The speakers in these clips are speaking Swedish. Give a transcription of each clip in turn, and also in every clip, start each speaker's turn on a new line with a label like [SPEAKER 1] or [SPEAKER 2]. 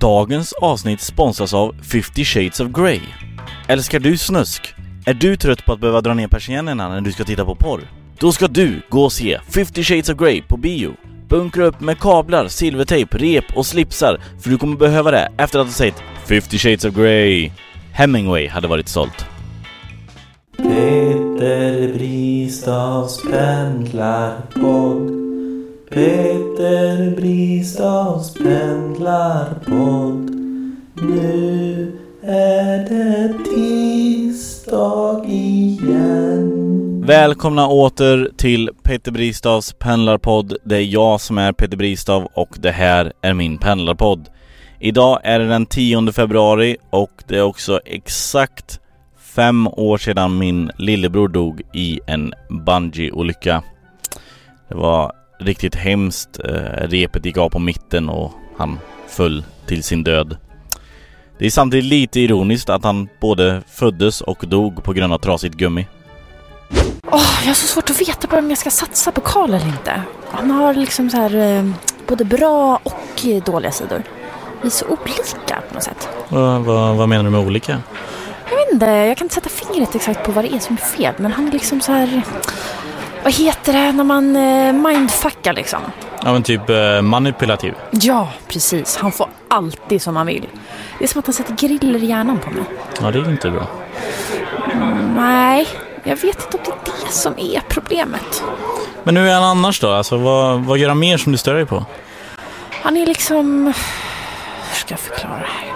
[SPEAKER 1] Dagens avsnitt sponsras av 50 Shades of Grey. Älskar du snusk? Är du trött på att behöva dra ner persiennerna när du ska titta på porr? Då ska du gå och se 50 Shades of Grey på bio. Bunkra upp med kablar, silvertejp, rep och slipsar för du kommer behöva det efter att ha sett 50 Shades of Grey. Hemingway hade varit sålt.
[SPEAKER 2] Peter Bristavs pendlarpodd Peter Bristavs pendlarpodd Nu är det tisdag igen
[SPEAKER 1] Välkomna åter till Peter Bristavs pendlarpodd. Det är jag som är Peter Bristav och det här är min pendlarpodd. Idag är det den 10 februari och det är också exakt fem år sedan min lillebror dog i en bungee-olycka. Det var riktigt hemskt. Eh, Repet gick av på mitten och han föll till sin död. Det är samtidigt lite ironiskt att han både föddes och dog på grund av trasigt gummi.
[SPEAKER 3] Åh, jag har så svårt att veta bara om jag ska satsa på Karl eller inte. Han har liksom så här eh, både bra och eh, dåliga sidor. Vi är så olika på något sätt.
[SPEAKER 1] Vad, vad menar du med olika?
[SPEAKER 3] Jag vet inte, jag kan inte sätta fingret exakt på vad det är som är fel. Men han är liksom så här... Vad heter det när man eh, mindfuckar liksom?
[SPEAKER 1] Ja men typ eh, manipulativ.
[SPEAKER 3] Ja, precis. Han får alltid som han vill. Det är som att han sätter griller i hjärnan på mig.
[SPEAKER 1] Ja det är inte bra.
[SPEAKER 3] Nej, jag vet inte om det är det som är problemet.
[SPEAKER 1] Men hur är han annars då? Alltså vad, vad gör han mer som du stör dig på?
[SPEAKER 3] Han är liksom... Hur ska jag förklara det här?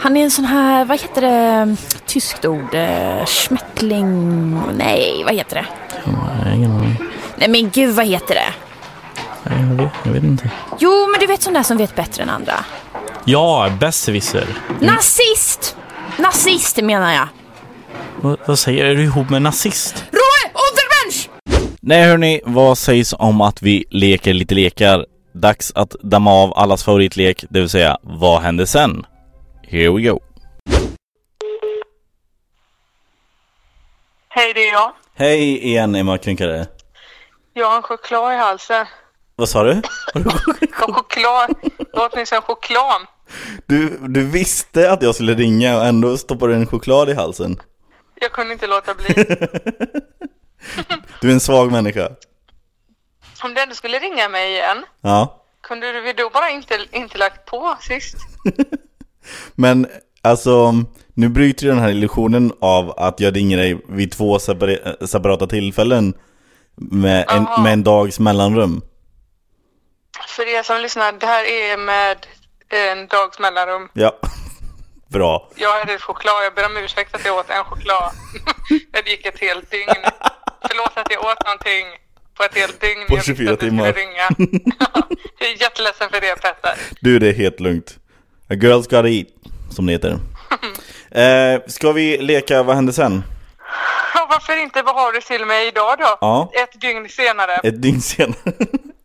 [SPEAKER 3] Han är en sån här, vad heter det, tyskt ord? eh, Schmettling... Nej, vad heter det?
[SPEAKER 1] Jag har ingen aning.
[SPEAKER 3] Nej men gud, vad heter det?
[SPEAKER 1] Nej, Jag vet, jag vet inte.
[SPEAKER 3] Jo, men du vet sån där som vet bättre än andra.
[SPEAKER 1] Ja, besserwisser.
[SPEAKER 3] Nazist! Nazist menar jag.
[SPEAKER 1] Vad, vad säger du? Är du ihop med en nazist?
[SPEAKER 3] Roe Untermensch!
[SPEAKER 1] Nej hörni, vad sägs om att vi leker lite lekar? Dags att damma av allas favoritlek, det vill säga Vad händer sen? Here we go.
[SPEAKER 4] Hej, det är jag.
[SPEAKER 1] Hej igen Emma Krynkare.
[SPEAKER 4] Jag har en choklad i halsen.
[SPEAKER 1] Vad sa du?
[SPEAKER 4] Jag har choklad. Jag åt nyss en choklad.
[SPEAKER 1] du? Du visste att jag skulle ringa och ändå stoppade du en choklad i halsen.
[SPEAKER 4] Jag kunde inte låta bli.
[SPEAKER 1] Du är en svag människa.
[SPEAKER 4] Om du ändå skulle ringa mig igen,
[SPEAKER 1] Ja.
[SPEAKER 4] kunde du då bara inte, inte lagt på sist?
[SPEAKER 1] Men alltså, nu bryter ju den här illusionen av att jag ringer dig vid två separ- separata tillfällen med en,
[SPEAKER 4] Aha.
[SPEAKER 1] med en dags mellanrum.
[SPEAKER 4] För er som lyssnar, det här är med en dags mellanrum.
[SPEAKER 1] Ja, bra.
[SPEAKER 4] Jag hade choklad. Jag ber om ursäkt att jag åt en choklad. det gick ett helt dygn. Förlåt att jag åt någonting på ett helt dygn.
[SPEAKER 1] På
[SPEAKER 4] Jag visste
[SPEAKER 1] 24
[SPEAKER 4] att du skulle
[SPEAKER 1] timmar.
[SPEAKER 4] Ringa. jag är jätteledsen för det, Petter.
[SPEAKER 1] Du, det är helt lugnt. A girl's gotta eat, som det heter. Eh, ska vi leka Vad händer sen?
[SPEAKER 4] Ja, varför inte? Vad har du till mig idag då?
[SPEAKER 1] Ja.
[SPEAKER 4] Ett dygn senare.
[SPEAKER 1] Ett dygn senare.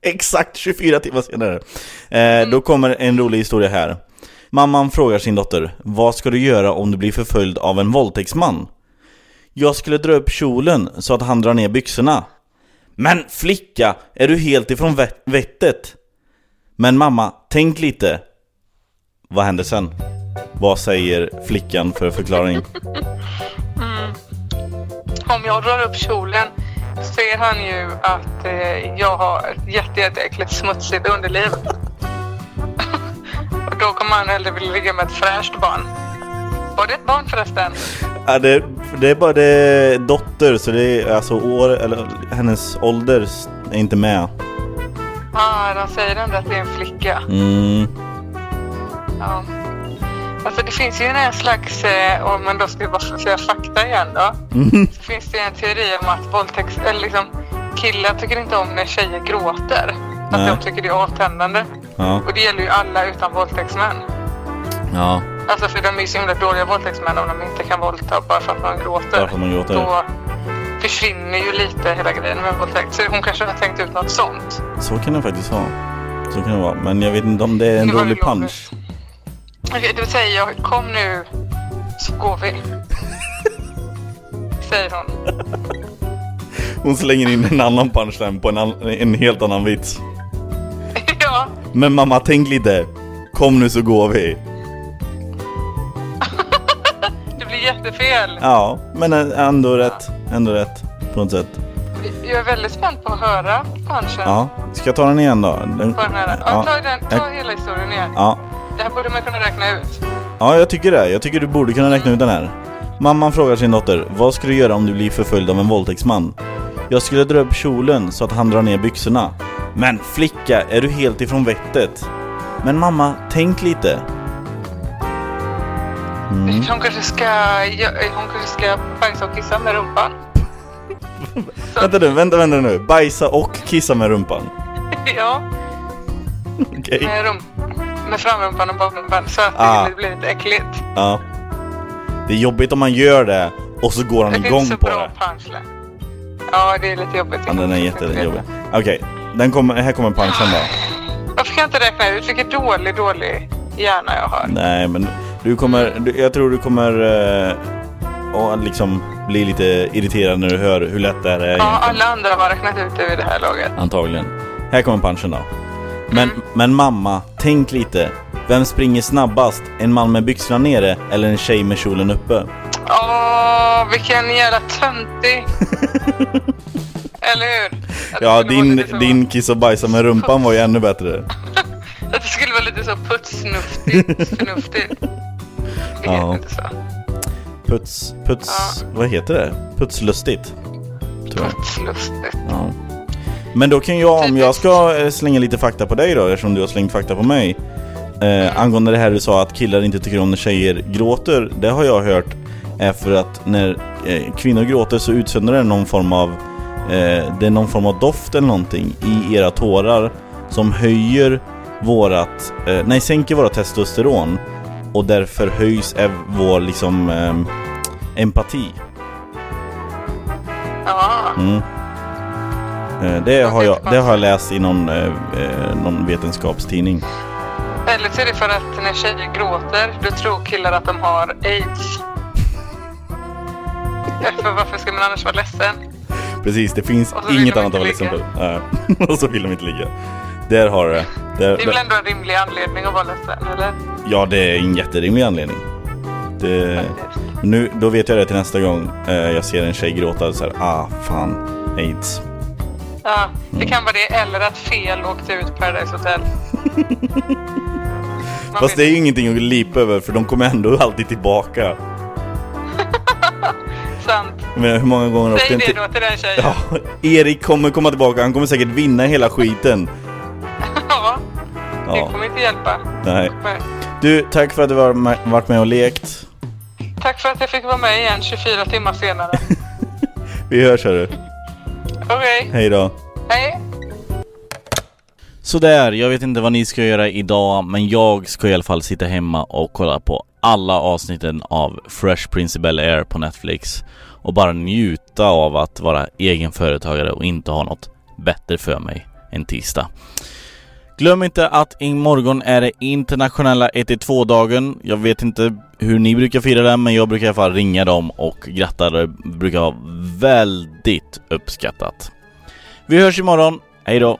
[SPEAKER 1] Exakt 24 timmar senare. Eh, då kommer en rolig historia här. Mamman frågar sin dotter, vad ska du göra om du blir förföljd av en våldtäktsman? Jag skulle dra upp kjolen så att han drar ner byxorna. Men flicka, är du helt ifrån vett- vettet? Men mamma, tänk lite. Vad händer sen? Vad säger flickan för förklaring?
[SPEAKER 4] Om jag drar upp kjolen ser han ju att eh, jag har ett jätte, jätteäckligt smutsigt underliv. Och då kommer han hellre vilja ligga med ett fräscht barn. Var det ett barn förresten?
[SPEAKER 1] Ja, det, det är bara det dotter, så det är alltså år, eller hennes ålder är inte med.
[SPEAKER 4] Ah, de säger ändå att det är en flicka.
[SPEAKER 1] Mm,
[SPEAKER 4] Ja. Alltså det finns ju en slags, eh, om man då ska bara säga fakta igen då.
[SPEAKER 1] Mm.
[SPEAKER 4] Så finns det ju en teori om att våldtäkts, eller liksom, killar tycker inte om när tjejer gråter. Att
[SPEAKER 1] Nej.
[SPEAKER 4] de tycker det är avtändande.
[SPEAKER 1] ja,
[SPEAKER 4] Och det gäller ju alla utan våldtäktsmän.
[SPEAKER 1] ja,
[SPEAKER 4] Alltså för de är ju så himla dåliga våldtäktsmän om de inte kan våldta bara för att man gråter.
[SPEAKER 1] Bara för att man gråter.
[SPEAKER 4] Då försvinner ju lite hela grejen med våldtäkt. Så hon kanske har tänkt ut något sånt.
[SPEAKER 1] så kan det faktiskt vara. Så kan det vara, men jag vet inte om det är en
[SPEAKER 4] Nu var det
[SPEAKER 1] rolig punch.
[SPEAKER 4] Okej, Du säger jag, kom nu så går vi. Säger hon.
[SPEAKER 1] Hon slänger in en annan punchline på en, an- en helt annan vits.
[SPEAKER 4] ja,
[SPEAKER 1] Men mamma, tänk lite. Kom nu så går vi.
[SPEAKER 4] Det blir jättefel.
[SPEAKER 1] Ja, men ändå rätt. Ändå rätt. På något sätt.
[SPEAKER 4] Jag är väldigt spänd på att höra punchen.
[SPEAKER 1] Ja. Ska jag ta den igen då? Den-
[SPEAKER 4] På den här. Ja, ta, den, ta hela historien igen.
[SPEAKER 1] ja.
[SPEAKER 4] Det här borde man kunna räkna ut.
[SPEAKER 1] Ja, jag tycker det. Jag tycker du borde kunna räkna ut den här. Mamman frågar sin dotter, vad ska du göra om du blir förföljd av en våldtäktsman? Jag skulle dra upp kjolen så att han drar ner byxorna. Men flicka, är du helt ifrån vettet? Men mamma, tänk lite. Mm.
[SPEAKER 4] Hon kanske ska, ja, hon kanske ska bajsa och kissa med rumpan.
[SPEAKER 1] Vänta nu, vänta, vänta nu. Bajsa och kissa med rumpan.
[SPEAKER 4] ja,
[SPEAKER 1] Okej.
[SPEAKER 4] med, rump- med framrumpan och bakrumpan. Så att
[SPEAKER 1] Ah.
[SPEAKER 4] det blir lite äckligt.
[SPEAKER 1] Ja. Det är jobbigt om man gör det och så går han
[SPEAKER 4] Det är inte
[SPEAKER 1] igång
[SPEAKER 4] så
[SPEAKER 1] på
[SPEAKER 4] bra
[SPEAKER 1] det.
[SPEAKER 4] punchline. Ja, det är lite jobbigt.
[SPEAKER 1] Ja, den är jättejobbig. Okej, den kommer, här kommer punchen då.
[SPEAKER 4] Varför kan jag inte räkna ut? Vilken dålig, dålig hjärna jag har.
[SPEAKER 1] Nej, men du kommer, du, jag tror du kommer eh, och liksom bli lite irriterad när du hör hur lätt det här är
[SPEAKER 4] Ja,
[SPEAKER 1] egentligen.
[SPEAKER 4] alla andra har räknat ut det vid det här laget.
[SPEAKER 1] Antagligen. Här kommer punchen då. Men,
[SPEAKER 4] Mm.
[SPEAKER 1] men mamma, tänk lite. Vem springer snabbast? En man med byxorna nere eller en tjej med kjolen uppe?
[SPEAKER 4] Åh, vilken jävla töntig! Eller hur? Att det
[SPEAKER 1] Ja,
[SPEAKER 4] skulle vara
[SPEAKER 1] din,
[SPEAKER 4] lite så-
[SPEAKER 1] din kiss och bajsa med rumpan var ju ännu bättre.
[SPEAKER 4] Att det skulle vara lite så putsnuftigt, förnuftigt. Det heter
[SPEAKER 1] Ja.
[SPEAKER 4] inte så.
[SPEAKER 1] Puts, puts, vad heter det? Putslustigt. Tror jag.
[SPEAKER 4] Putslustigt.
[SPEAKER 1] Ja. Men då kan jag, om jag ska eh, slänga lite fakta på dig då, eftersom du har slängt fakta på mig. Eh, angående det här du sa att killar inte tycker om när tjejer gråter. Det har jag hört är för att när eh, kvinnor gråter så utsöndrar det någon form av eh, det är någon form av doft eller någonting i era tårar som höjer vårat, eh, nej sänker vårat testosteron och därför höjs ev- vår liksom ehm, empati.
[SPEAKER 4] Ja,
[SPEAKER 1] Eh, Det har, jag, det har jag läst i någon, eh, eh, någon vetenskapstidning.
[SPEAKER 4] eller så är det för att när tjejer gråter, då tror killar att de har aids. För varför ska man annars vara ledsen?
[SPEAKER 1] Precis, det finns
[SPEAKER 4] Och så vill
[SPEAKER 1] inget
[SPEAKER 4] de
[SPEAKER 1] annat
[SPEAKER 4] inte
[SPEAKER 1] att vara
[SPEAKER 4] ligga.
[SPEAKER 1] ledsen på. Eh, Och så vill de inte ligga. Där har du det. Där,
[SPEAKER 4] Det är väl
[SPEAKER 1] där.
[SPEAKER 4] ändå en rimlig anledning att vara ledsen, eller?
[SPEAKER 1] Ja, det är en jätterimlig anledning. Det, nu, då vet jag det till nästa gång eh, jag ser en tjej gråta så här, ah fan, aids.
[SPEAKER 4] Ja, det kan vara det, eller att fel åkte ut Paradise Hotel. Man
[SPEAKER 1] Fast
[SPEAKER 4] vet
[SPEAKER 1] det är ju ingenting att lipa över för de kommer ändå alltid tillbaka.
[SPEAKER 4] inte sant.
[SPEAKER 1] Men hur många gånger åkte
[SPEAKER 4] Säg
[SPEAKER 1] inte...
[SPEAKER 4] det då till den tjejen.
[SPEAKER 1] Ja, Erik kommer komma tillbaka, han kommer säkert vinna hela skiten.
[SPEAKER 4] Ja, det
[SPEAKER 1] Ja,
[SPEAKER 4] kommer inte hjälpa.
[SPEAKER 1] nej.
[SPEAKER 4] Men
[SPEAKER 1] Du, tack för att du var med- varit med och lekt.
[SPEAKER 4] tack för att jag fick vara med igen 24 timmar senare.
[SPEAKER 1] Vi hörs hörru.
[SPEAKER 4] Okej,
[SPEAKER 1] Hej då.
[SPEAKER 4] hej.
[SPEAKER 1] Sådär, jag vet inte vad ni ska göra idag, men jag ska i alla fall sitta hemma och kolla på alla avsnitten av Fresh Prince of Bel-Air på Netflix och bara njuta av att vara egenföretagare och inte ha något bättre för mig än tisdag. Glöm inte att imorgon är det internationella 112-dagen. Jag vet inte hur ni brukar fira den, men jag brukar i alla fall ringa dem och gratta. Det brukar vara väldigt uppskattat. Vi hörs imorgon. Hej då!